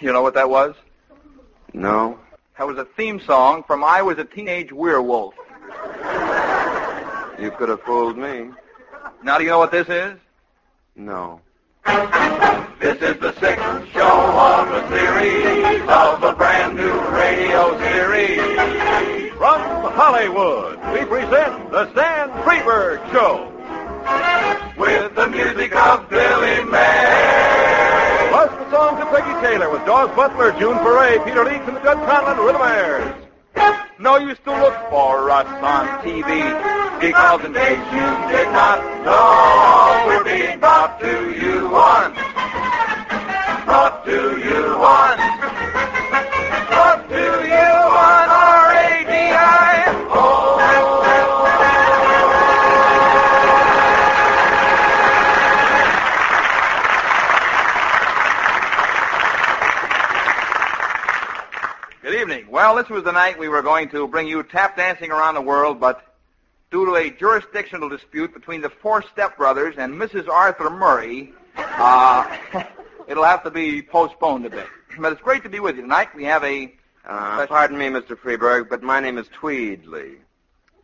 You know what that was? No. That was a theme song from I Was a Teenage Werewolf. You could have fooled me. Now do you know what this is? No. This is the sixth show of a series of a brand new radio series. From Hollywood, we present The Stan Freeberg Show. With the music of Billy May. Plus the songs of Peggy Taylor with Dawes Butler, June Foray, Peter Leeds, and the Judge Conlon Rhythmers. No used to look for us on TV because in case you did not know, we're being brought to you on. Brought to you on. Brought to you on R-A-D-I. Good evening. Well, this was the night we were going to bring you tap dancing around the world, but due to a jurisdictional dispute between the four stepbrothers and Mrs. Arthur Murray, uh, it'll have to be postponed a bit. But it's great to be with you tonight. We have a Uh, That's- pardon me, Mr. Freeberg, but my name is Tweedley.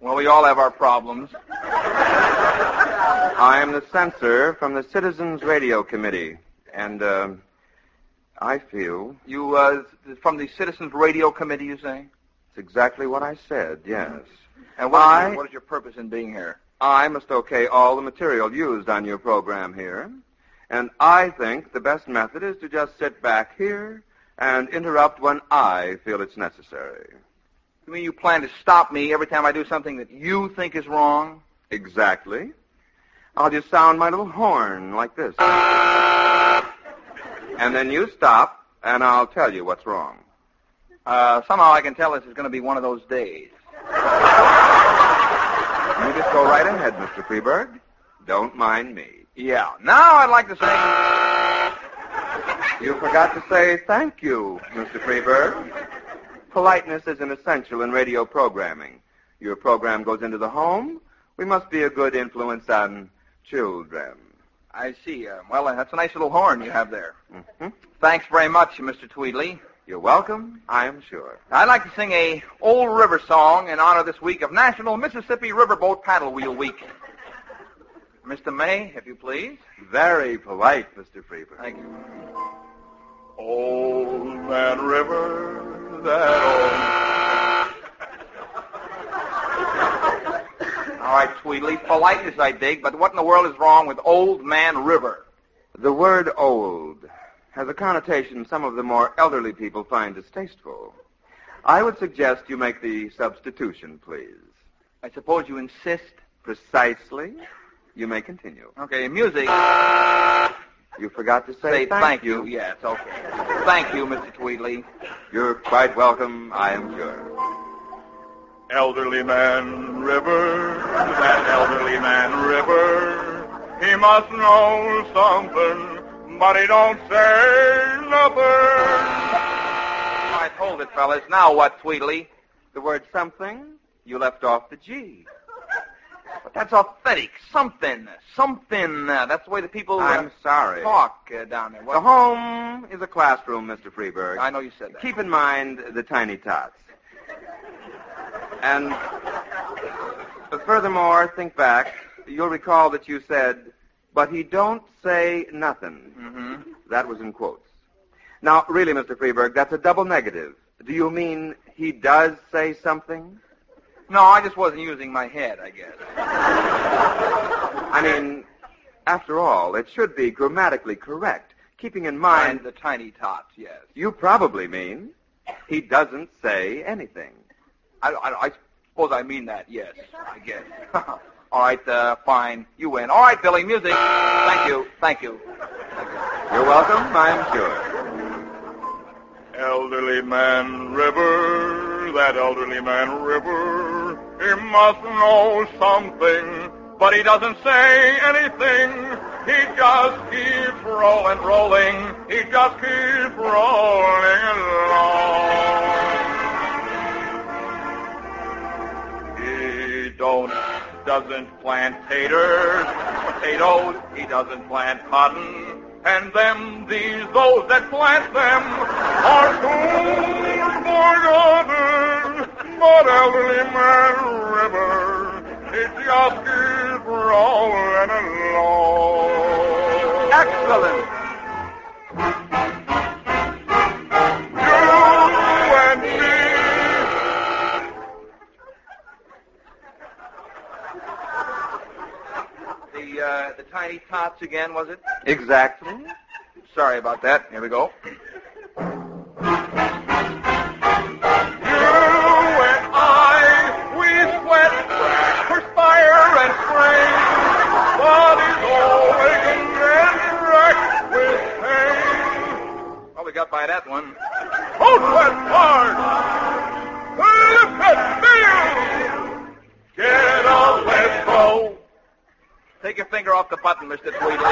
Well, we all have our problems. I am the censor from the Citizens Radio Committee, and uh, I feel You, uh, from the Citizens Radio Committee, you say? it's exactly what I said. Yes, And what is I- your- what is your purpose in being here? I must okay all the material used on your program here, and I think the best method is to just sit back here and interrupt when I feel it's necessary. You mean you plan to stop me every time I do something that you think is wrong? Exactly. I'll just sound my little horn like this. And then you stop, and I'll tell you what's wrong. Uh, somehow I can tell this is going to be one of those days. You just go right ahead, Mr. Freeberg. Don't mind me. Yeah. Now I'd like to say, You forgot to say thank you, Mr. Freeberg. Politeness is an essential in radio programming. Your program goes into the home. We must be a good influence on children. I see. Uh, well, uh, that's a nice little horn you have there. hmm Thanks very much, Mr. Tweedley. You're welcome, I am sure. I'd like to sing a old river song in honor this week of National Mississippi Riverboat Paddle Wheel Week. Mr. May, if you please. Very polite, Mr. Freeberg. Thank you. Old Man River, that All right, Tweedley. Politeness, I dig, but what in the world is wrong with Old Man River? The word old has a connotation some of the more elderly people find distasteful. I would suggest you make the substitution, please. I suppose you insist. Precisely. You may continue. Okay, music. You forgot to say, Say thank, you. Yes, okay. Thank you, Mr. Tweedley. You're quite welcome, I am sure. elderly man river, that elderly man river. He must know something, but he don't say nothing. I told it, fellas. Now what, Tweedley? The word something, you left off the G. But that's authentic. Something. Something. Uh, that's the way the people uh, I'm sorry. talk uh, down there. The What? home is a classroom, Mr. Freeberg. I know you said that. Keep in mind the tiny tots. And furthermore, think back. You'll recall that you said, but he don't say nothing. Mm-hmm. That was in quotes. Now, really, Mr. Freeberg, that's a double negative. Do you mean he does say something? No, I just wasn't using my head, I guess. I mean, after all, it should be grammatically correct, keeping in Mind mind the tiny tots, yes. you probably mean he doesn't say anything. I, I, I suppose I mean that, yes, I guess. All right, uh, fine. You win. All right, Billy, music. Thank you. Thank you. You're welcome, I'm sure. Elderly man river, that elderly man river, he must know something, but he doesn't say anything. He just keeps rolling, rolling. He just keeps rolling along. He don't doesn't plant taters, potatoes. He doesn't plant cotton. and them, these, those that plant them are soon forgotten. But elderly man river, it just is rolling along. Excellent. You and me. The uh, the tiny tots again, was it? Exactly. Sorry about that. Here we go. You and I, we sweat, perspire, and strain. Body's always in wrecked with pain. Well, we got by that one. Hold that hard. Lift that field. Get up, let's go. Take your finger off the button, Mr. Tweedly.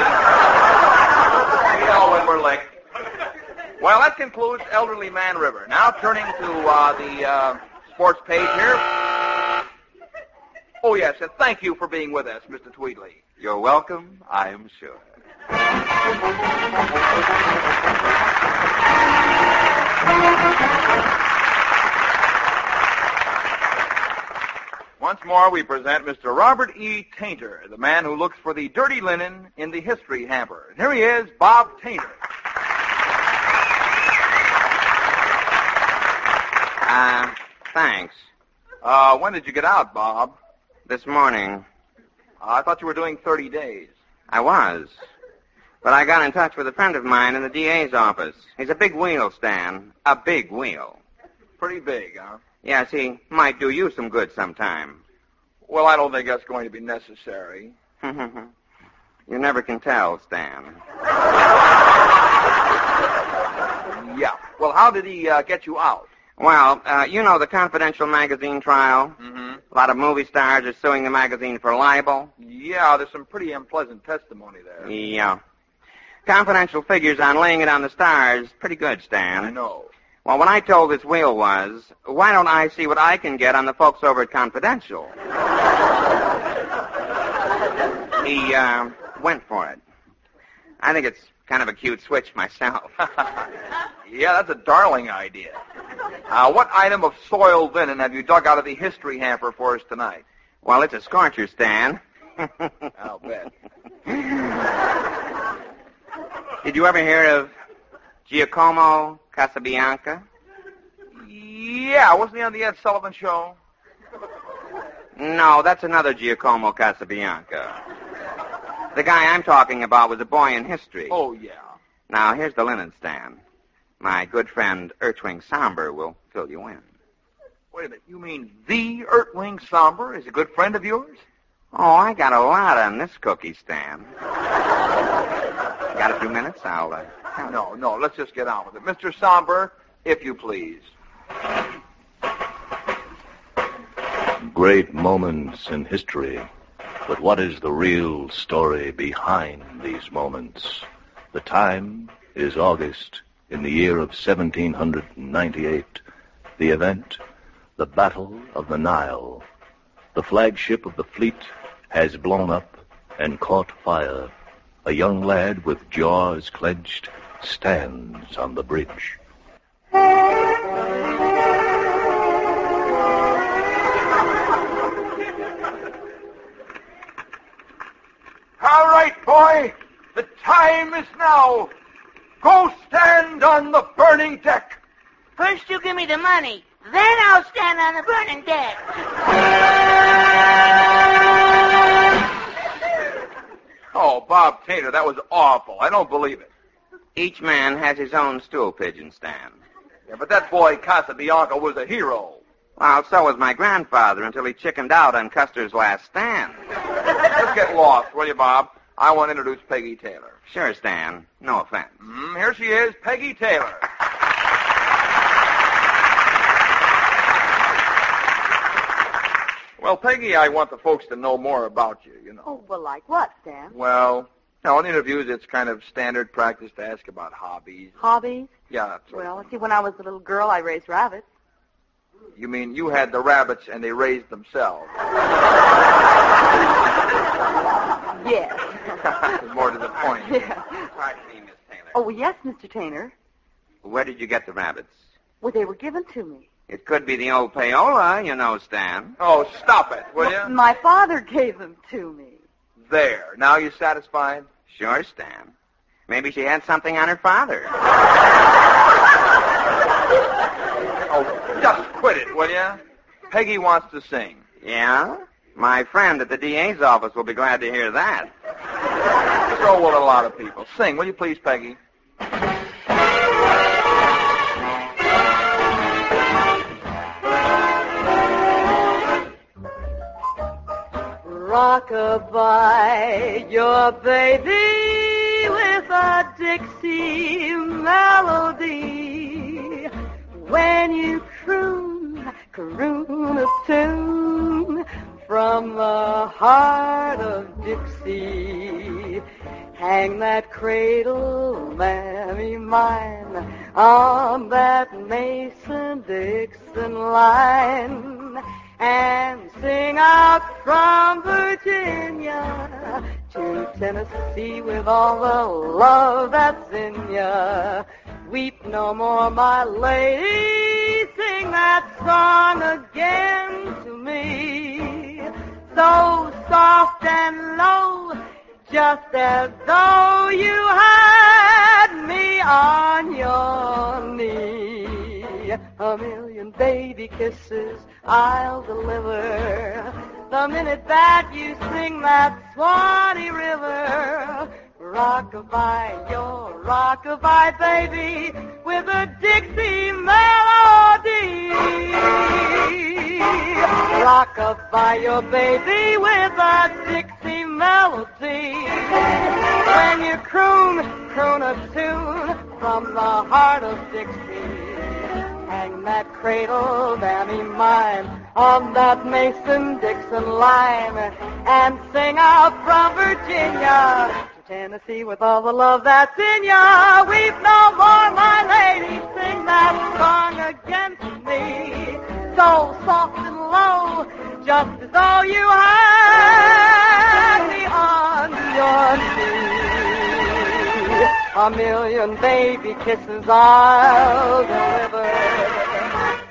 you know when we're licked. Well, that concludes Elderly Man River. Now turning to uh, the uh, sports page here. Oh, yes, and thank you for being with us, Mr. Tweedley. You're welcome, I'm sure. Once more, we present Mr. Robert E. Tainter, the man who looks for the dirty linen in the history hamper. And here he is, Bob Tainter. Uh, thanks. Uh, when did you get out, Bob? Uh, This morning, I thought you were doing 30 days. I was. But I got in touch with a friend of mine in the DA's office. He's a big wheel, Stan. A big wheel. Pretty big, huh? Yes, he might do you some good sometime. Well, I don't think that's going to be necessary. you never can tell, Stan. Yeah. Well, how did he uh, get you out? Well, uh, you know the confidential magazine trial? Mm-hmm. A lot of movie stars are suing the magazine for libel. Yeah, there's some pretty unpleasant testimony there. Yeah. uh, Confidential figures on laying it on the stars. Pretty good, Stan. I know. Well, when I told this wheel was, why don't I see what I can get on the folks over at Confidential? he uh, went for it. I think it's kind of a cute switch myself. Yeah, that's a darling idea. Uh, what item of soiled linen have you dug out of the history hamper for us tonight? well, it's a scorcher, Stan. I'll bet. Did you ever hear of Giacomo Casabianca? Yeah, wasn't he on the Ed Sullivan show? No, that's another Giacomo Casabianca. The guy I'm talking about was a boy in history. Oh, yeah. Now, here's the linen stand. My good friend Ertwing Somber will fill you in. Wait a minute. You mean the Ertwing Somber is a good friend of yours? Oh, I got a lot on this cookie stand. got a few minutes? I'll. Uh... No, no. Let's just get on with it. Mr. Somber, if you please. Great moments in history. But what is the real story behind these moments? The time is August in the year of 1798. The event, the Battle of the Nile. The flagship of the fleet has blown up and caught fire. A young lad with jaws clenched stands on the bridge. All right, boy. The time is now. Go stand on the burning deck. First you give me the money, then I'll stand on the burning deck. Oh, Bob Taylor, that was awful. I don't believe it. Each man has his own stool pigeon stand. Yeah, but that boy Casabianca was a hero. Well, so was my grandfather until he chickened out on Custer's last stand. Let's get lost, will you, Bob? I want to introduce Peggy Taylor. Sure, Stan. No offense. Mm, here she is, Peggy Taylor. Well, Peggy, I want the folks to know more about you, you know. Oh, well, like what, Stan? Well, you know, in interviews, it's kind of standard practice to ask about hobbies. Hobbies? Yeah, that's right. Well, let's see, when I was a little girl, I raised rabbits. You mean you had the rabbits and they raised themselves? Yes. More to the point. yeah. Pardon me, Oh, well, yes, Mr. Tainer. Where did you get the rabbits? Well, they were given to me. It could be the old payola, you know, Stan. Oh, stop it, will you? My father gave them to me. There. Now you satisfied? Sure, Stan. Maybe she had something on her father. Oh, just quit it, will you? Peggy wants to sing. Yeah? My friend at the DA's office will be glad to hear that. So will a lot of people. Sing, will you please, Peggy? Rockabye your baby with a Dixie melody. When you croon, croon a tune from the heart of Dixie. Hang that cradle, mammy mine, on that Mason-Dixon line. And sing out from Virginia to Tennessee with all the love that's in ya. Weep no more, my lady, sing that song again to me. So soft and low, just as though you had me on your knee. A million baby kisses I'll deliver the minute that you sing that Swanee River. Rockabye, your rockabye baby with a Dixie melody. Rockabye, your baby with a Dixie melody. When you croon, croon a tune from the heart of Dixie. Hang that cradle, mammy mine, on that Mason-Dixon line, and sing out from Virginia to Tennessee with all the love that's in ya. Weep no more, my lady, sing that song again to me. So soft and low, just as though you had me on your knee. A million baby kisses I'll deliver.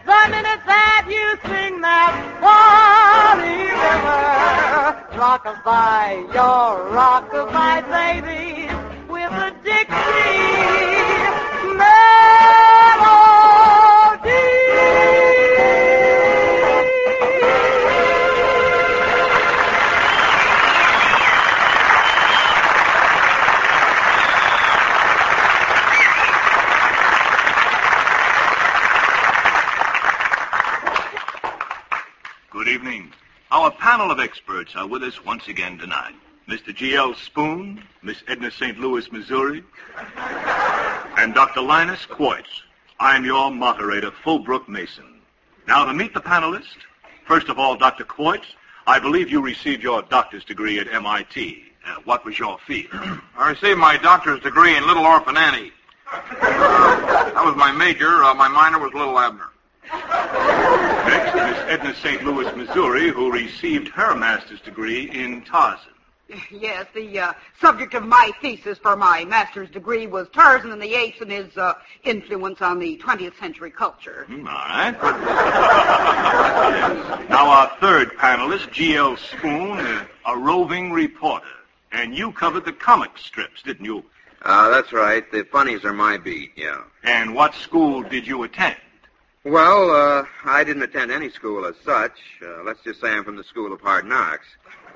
The minute that you sing that Bonnie River, rockabye, your rockabye baby, with a Dixie melody. Good evening. Our panel of experts are with us once again tonight. Mr. G.L. Spoon, Miss Edna St. Louis, Missouri, and Dr. Linus Quartz. I'm your moderator, Fulbrook Mason. Now, to meet the panelists, first of all, Dr. Quartz, I believe you received your doctor's degree at MIT. Uh, what was your field? I received my doctor's degree in Little Orphan Annie. that was my major. Uh, my minor was Little Abner. Next, Miss Edna St. Louis, Missouri, who received her master's degree in Tarzan. Yes, the uh, subject of my thesis for my master's degree was Tarzan and the Apes and his uh, influence on the 20th century culture. Hmm, all right. now our third panelist, G.L. Spoon, uh, a roving reporter. And you covered the comic strips, didn't you? Uh, that's right. The funnies are my beat, yeah. And what school did you attend? Well, uh, I didn't attend any school as such. Uh, let's just say I'm from the school of hard knocks.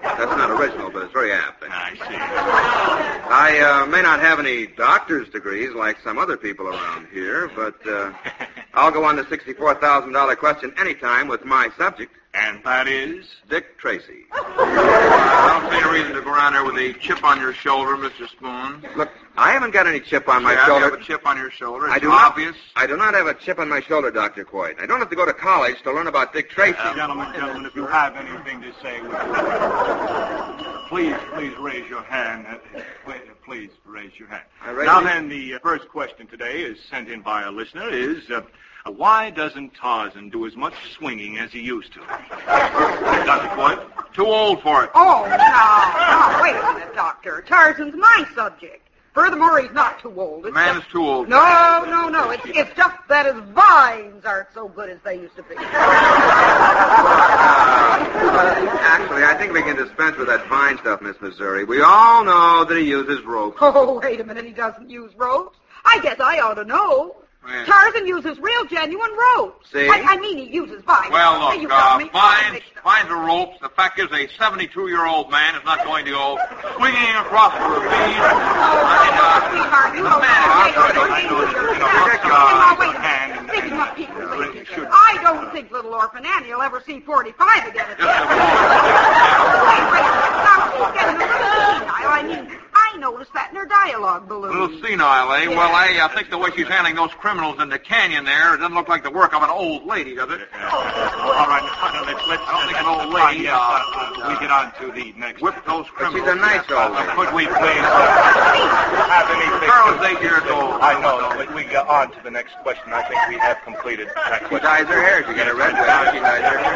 That's not original, but it's very apt. I see. I uh, may not have any doctor's degrees like some other people around here, but uh, I'll go on the $64,000 question anytime with my subject, And that is? Dick Tracy. I don't see any reason to go around there with a chip on your shoulder, Mr. Spoon. Look, I haven't got any chip on my yeah, shoulder. You have a chip on your shoulder. It's I do obvious. not. I do not have a chip on my shoulder, Doctor Coit. I don't have to go to college to learn about Dick Tracy. Um, gentlemen, gentlemen, if you have anything to say, would- please, please raise your hand. Uh, wait, uh, Please raise your hand. I raise now it. then, the uh, first question today is sent in by a listener is, uh, why doesn't Tarzan do as much swinging as he used to? Dr. Coit? Too old for it. Oh, no, no, wait a minute, Doctor. Tarzan's my subject. Furthermore, he's not too old. The It's man's too old. just- no, no, no. It's, it's just that his vines aren't so good as they used to be. Uh, actually, I think we can dispense with that vine stuff, Miss Missouri. We all know that he uses rope. Oh, wait a minute. He doesn't use ropes. I guess I ought to know. Well. Tarzan uses real, genuine ropes. See? I, I mean, he uses vines. Well, Hey, you look, got uh, me. vines, vines are ropes. The fact is, a 72-year-old man is not going to go swinging across the ravine. Oh, come on, sweetheart. You don't know. I know that you're gonna Hey, lock up wait a your hand minute. and- Speaking of people, and wait a you minute. should- I don't think little orphan Annie will ever see 45 again. At the Just a end. Wait, wait. Now, she's getting a little senile. I mean, I noticed that in her dialogue balloon. A little senile, eh? Well, I uh, think the way she's handling those criminals in the canyon there, it doesn't look like the work of an old lady, does it? All right, now, let's let's I don't think an old uh, lady yeah, uh, uh, we get on to the next. whipped those But she's criminals. a nice old lady. Could we please uh, have anything? Carl is eight years old. I know, but we get on to the next question. I think we have completed that She question. dyes her hair. She got a red wig. She dyes her hair.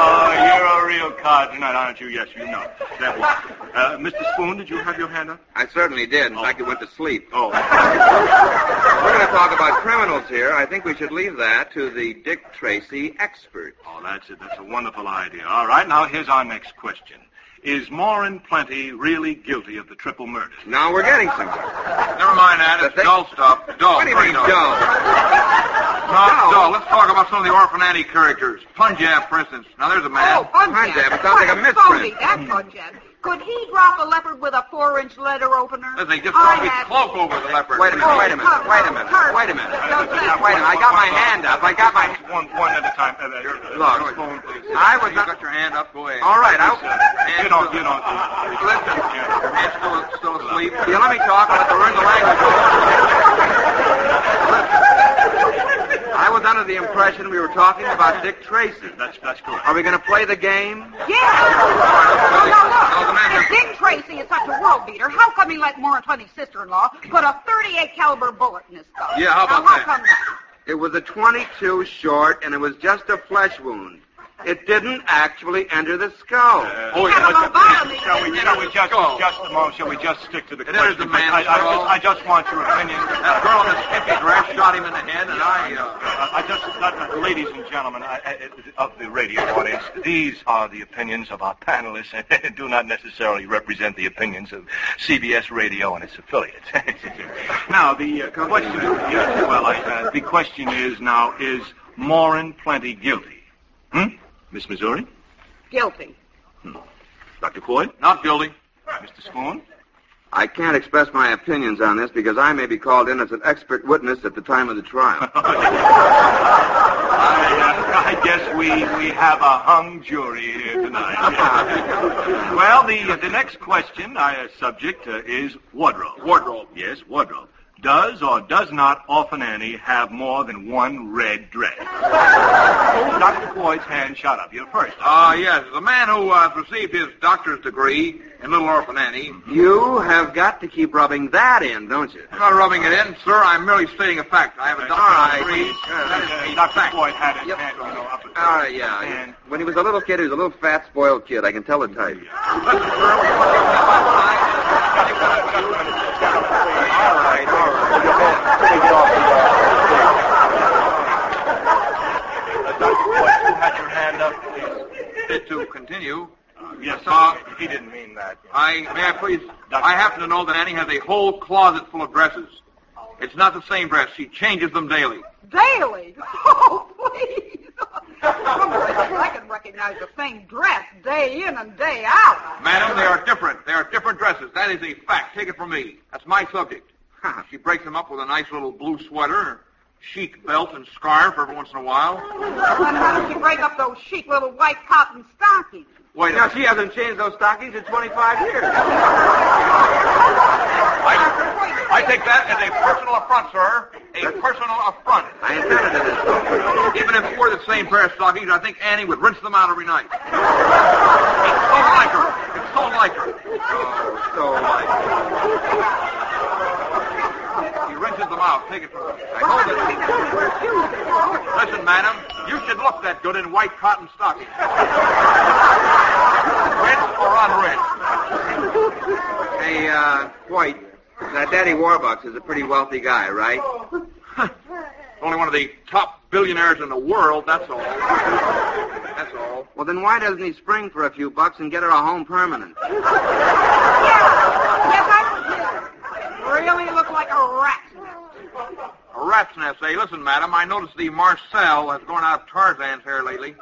Oh, you're a real card tonight, aren't you? Yes, you know. That one. Uh, Mr. Spoon, did you have your hand up? I certainly did. In fact, it went to sleep. Oh. We're going to talk about criminals here. I think we should leave that to the Dick Tracy expert. Oh, that's it. That's a wonderful idea. All right, now here's our next question. Is Morin Plenty really guilty of the triple murder? Now we're getting somewhere. Never mind that. It's The thing- dull stuff. Dull. What do you very mean, dull? Not dull? dull. Let's talk about some of the orphan Annie characters. Punjab, for instance. Now, there's a man. Oh, Punjab. Punjab, it sounds like a What misprint. phony, that Punjab. Could he drop a leopard with a four-inch letter opener? Listen, he just I dropped his had- cloak over the leopard. Wait a minute, wait a minute, wait a minute, wait a minute. Now, wait a minute, I got my hand up, I got my... One, one at a time. Uh, uh, Look, Spoon, please. I was You not... got your hand up. Go ahead. All right, Hands I... Get on, get on. Yeah. Your hand's still, still asleep. You let me talk, let the original language go. I was under the impression we were talking about Dick Tracy. That's, that's correct. Are we going to play the game? Yeah. No, No, the no, man- look. If Dick Tracy is such a world beater, how come he let Moore Twenty's sister-in-law put a 38 caliber bullet in his skull? Yeah, how about now, that? How come that? It was a 22 short, and it was just a flesh wound. It didn't actually enter the skull. Oh, yeah. Have a lobotomy. Shall we, shall we just, Go. just a moment, shall we just stick to the It question? is the man's I, I, fault. just, I just want your opinion. That girl in the skimpy dress shot him in the head, and I, uh, I I just, uh, uh, ladies and gentlemen I, I, of the radio audience, these are the opinions of our panelists and do not necessarily represent the opinions of CBS Radio and its affiliates. now, the uh, question, yeah, well, I, uh, the question is now, is Morin Plenty guilty? Hmm? Miss Missouri? Hmm. Guilty. Dr. Floyd? not guilty. Mr. Spoon? I can't express my opinions on this because I may be called in as an expert witness at the time of the trial. I, uh, I guess we, we have a hung jury here tonight. well, the the next question, I uh, subject uh, is wardrobe. Wardrobe. Yes, wardrobe. Does or does not Orphan Annie have more than one red dress? oh, Dr. Floyd's hand shot up. You're first. Uh, yes, the man who uh, received his doctor's degree in Little Orphan Annie. You have got to keep rubbing that in, don't you? I'm not rubbing it in, sir. I'm merely stating a fact. I have a All doctor's right. degree. Uh, That is a Dr. fact. Floyd had his Yep. hand you know, up. All right, Oh, yeah. yeah. When he was a little kid, he was a little fat, spoiled kid. I can tell the type. Dr. Floyd, Uh, you had your hand up, please. To continue, Yes, Uh, he didn't mean that. I may I please? I happen to know that Annie has a whole closet full of dresses. It's not the same dress. She changes them daily. Daily? Oh, please. I can recognize the same dress day in and day out. Madam, they are different. They are different dresses. That is a fact. Take it from me. That's my subject. she breaks them up with a nice little blue sweater, chic belt and scarf every once in a while. And how does she break up those chic little white cotton stockings? Wait a Now, minute. she hasn't changed those stockings in 25 years. I take that as a personal affront, sir. A personal affront. I intended it as well. Even if it were the same pair of stockings, I think Annie would rinse them out every night. It's so like her. It's so like her. Oh, so I She rinses them out. Take it from me. I hope that... Listen, madam, you should look that good in white cotton stockings. Red or unred? A uh, white That Daddy Warbucks is a pretty wealthy guy, right? Only one of the top billionaires in the world, that's all. That's all. Well, then why doesn't he spring for a few bucks and get her a home permanent? Yes, I really look like a rat. A rat's nest. Hey, listen, madam, I noticed the Marcel has gone out of Tarzan's hair lately.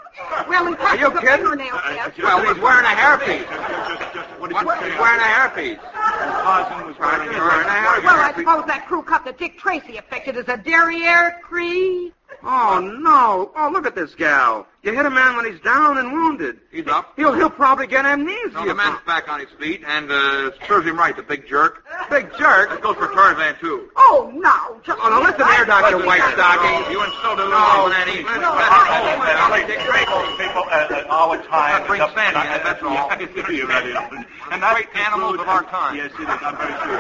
Well, in fact, you it's a kidding? fingernail test. Well, he's wearing a hairpiece. Just, just, just, what did What? you He's say? wearing a hairpiece. Tarzan was wearing He's wearing a hairpiece. Well, I suppose that crew cut that Dick Tracy affected is a derriere cree. Oh, no. Oh, look at this gal. You hit a man when he's down and wounded. He's up. He'll, he'll probably get amnesia. No, the man's back on his feet and uh, serves him right, the big jerk. Big jerk. That goes for Tarzan, too. Oh, no. Just Oh, now listen here, Dr. Listen, Whitestocking. You insulted no, that easy. listen, People, uh, uh, our time. Bring is up. Sandy in, that's all. Yes, it is, that is. And that's great animals of our time. Yes, it is. I'm very sure.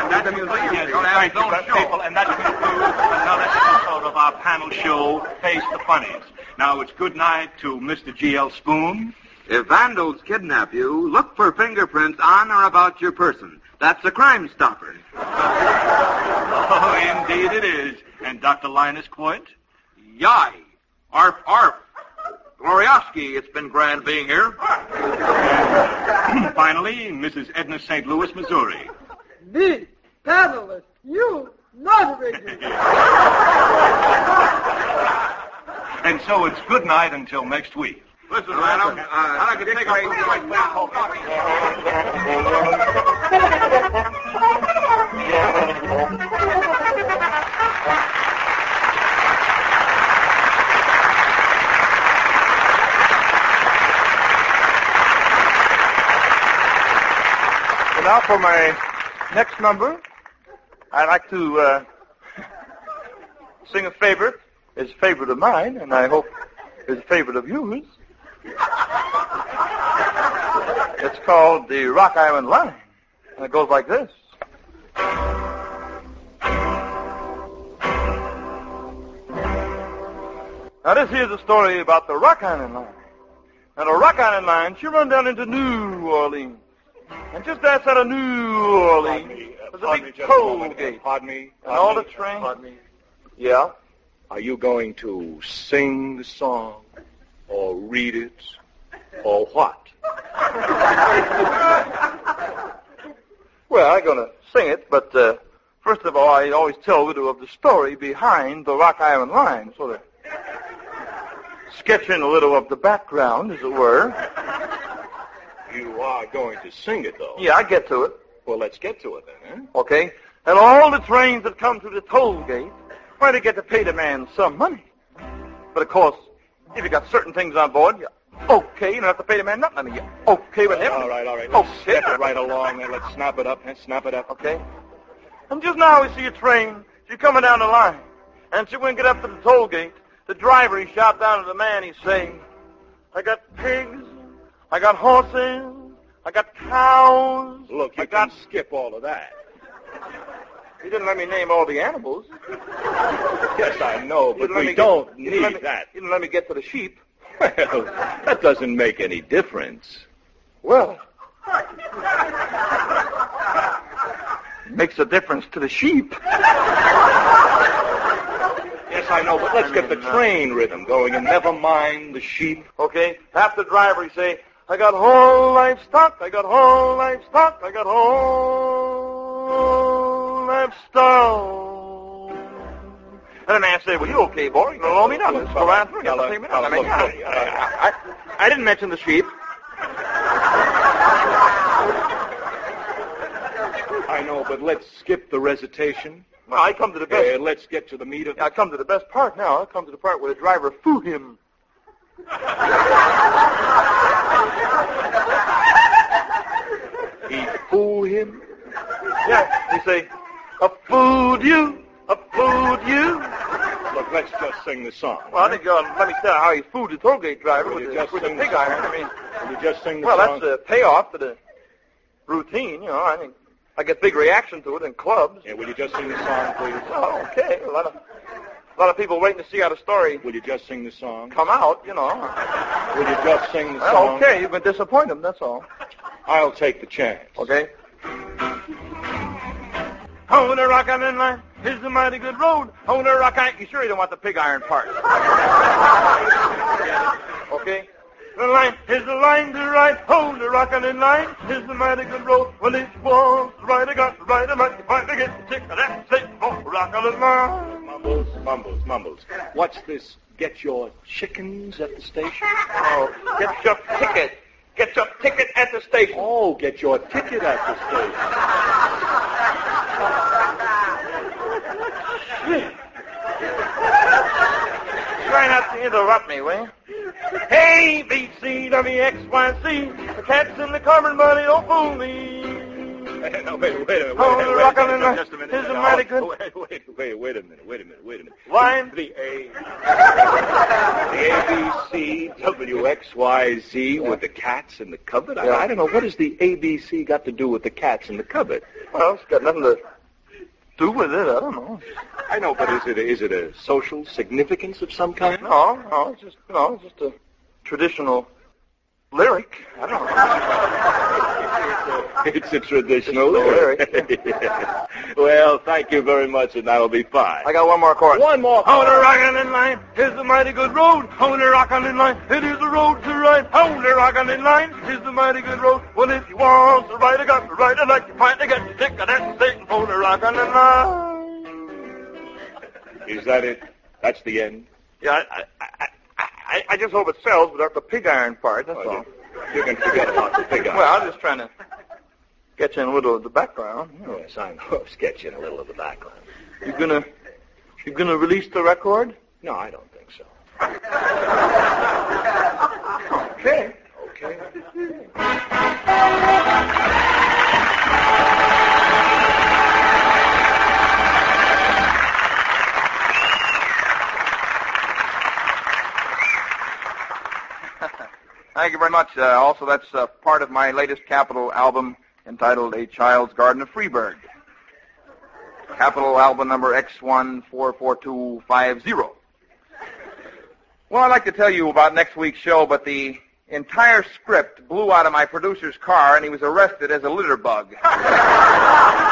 And that's the museum. Yes, You're going to have thank his you, own but show. people, and that concludes another episode of our panel show, Face the Funnies. Now it's good night to Mr. G.L. Spoon. If vandals kidnap you, look for fingerprints on or about your person. That's a crime stopper. Oh, indeed it is. And Dr. Linus Quint. Yai. Arf, arf. Glorioski, it's been grand being here. Finally, Mrs. Edna St. Louis, Missouri. Me, panelist. You, moderator. And so it's good night until next week. Listen, madam, listen, uh, I like to take off this white coat. And now for my next number, I'd like to uh, sing a favorite. It's a favorite of mine, and I hope it's a favorite of yours. It's called the Rock Island Line, and it goes like this. Now this here's a story about the Rock Island Line. Now the Rock Island Line, she run down into New Orleans. And just outside of New Orleans, there's a big toll gate. Pardon me. And all the trains. Yeah. Are you going to sing the song or read it or what? Well, I'm going to sing it, but uh, first of all, I always tell Widow of the story behind the Rock Island Line, sort of sketching a little of the background, as it were. You are going to sing it, though. Yeah, I get to it. Well, let's get to it then, eh? Okay? And all the trains that come through the toll gate, well, they get to pay the man some money. But of course, if you got certain things on board, you okay, you don't have to pay the man nothing. I mean, you okay with huh? him. All right, all right. Let's Okay. step it right along there. Let's snap it up, huh? Snap it up. Oh, Okay? And just now we see a train. She's coming down the line. And she went get up to the toll gate. The driver, he shot down to the man. He's saying, I got pigs. I got horses. I got cows. Look, I you got... can skip all of that. He didn't let me name all the animals. Yes, I know, You but didn't let me we get- don't you didn't let need me- that. You didn't let me get to the sheep. Well, that doesn't make any difference. Well, makes a difference to the sheep. Yes, I know, but let's get the train rhythm going and never mind the sheep. Okay, half the driver he say, I got whole livestock, I got whole livestock, I got whole livestock. And the man say, well, you okay, boy? You don't owe me nothing. Just go around through, you got to pay me nothing. I mean, I, I, I, I didn't mention the sheep. I know, but let's skip the recitation. Well, I come to the best Uh, let's get to the meat of I come to the best part now. I come to the part where the driver flew him. He fool him. Yeah, he say, I fooled you. I fooled you. Look, let's just sing the song. Well, I think, uh, let me tell you how he fooled the toll gate driver Well, with you the, just with the sing pig the song. iron. I mean, Will you just sing the well, song? that's the payoff to the routine, you know. I think I get big reaction to it in clubs. Yeah, will you just sing the song, please? Oh, okay. A lot of, a lot of people waiting to see how the story Will you just sing the song? come out, you know. Will you just sing the Well, song? okay, you can disappoint them, that's all. I'll take the chance. Okay? I want to rock on that line. Here's the mighty good road. I want to rock on. You sure you don't want the pig iron part? okay. The line, here's the line to ride. Hold the rock on in line. Here's the mighty good road. When it's walls, right I got, right I might finally get the tick of that state. Oh, rock on in line. Mumbles, mumbles, mumbles. What's this? Get your chickens at the station? Oh, get your ticket. Get your ticket at the station. Oh, get your ticket at the station. Try not to interrupt me, will you? Hey, B, C, W, X, Y, C. The cat's in the carbon, but he don't fool me. no, wait, wait, wait, wait, Oh, wait, the wait, rock wait, on the just a minute. is a now. mighty good- Wait, wait, wait, wait a minute, wait a minute, wait a minute. Line. The A, the A, B, C, W, X, Y, Z with the cats in the cupboard? I, I don't know. What has the A, B, C got to do with the cats in the cupboard? Well, it's got nothing to do with it. I don't know. I know, but is it a, is it a social significance of some kind? No, no, it's just no, it's just a traditional lyric. I don't know. It's a traditional lyric. Yeah. Well, thank you very much, and that'll be fine. I got one more chord. One more. Hold a rock on in line. Here's the mighty good road. Hold a rock on in line. It is the road to right. Hold a rock on in line. Here's the mighty good road. Well, if you want to ride, I got to ride. I'd like to find. I got to stick. I got to stick. Hold a rock on in line. Is that it? That's the end. Yeah, I, I, I, I, I just hope it sells without the pig iron part. That's all. You can forget about the big Well, I'm just trying to get you in a little of the background. you know. Yes, I know. Sketch in a little of the background. You gonna you gonna release the record? No, I don't think so. Okay. Thank you very much. Uh, also, that's uh, part of my latest Capitol album entitled A Child's Garden of Freeburg. Capitol album number X144250. Well, I'd like to tell you about next week's show, but the entire script blew out of my producer's car, and he was arrested as a litter bug.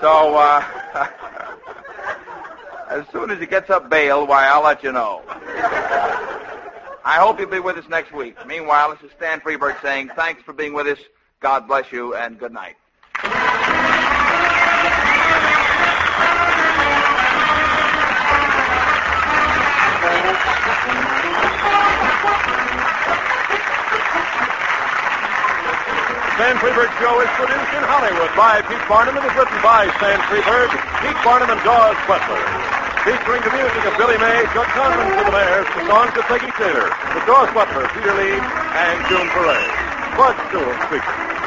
so, uh, as soon as he gets up bail, why, I'll let you know. I hope you'll be with us next week. Meanwhile, this is Stan Freeberg saying thanks for being with us. God bless you, and good night. Sam Freeberg Show is produced in Hollywood by Pete Barnum and is written by Sam Freeberg, Pete Barnum, and Dawes Butler. Featuring the music of Billy May, Chuck Conlon, Sid Mears, the songs of Peggy Taylor, with Dawes Butler, Peter Lee, and June Perez. Bud Stewart speaking.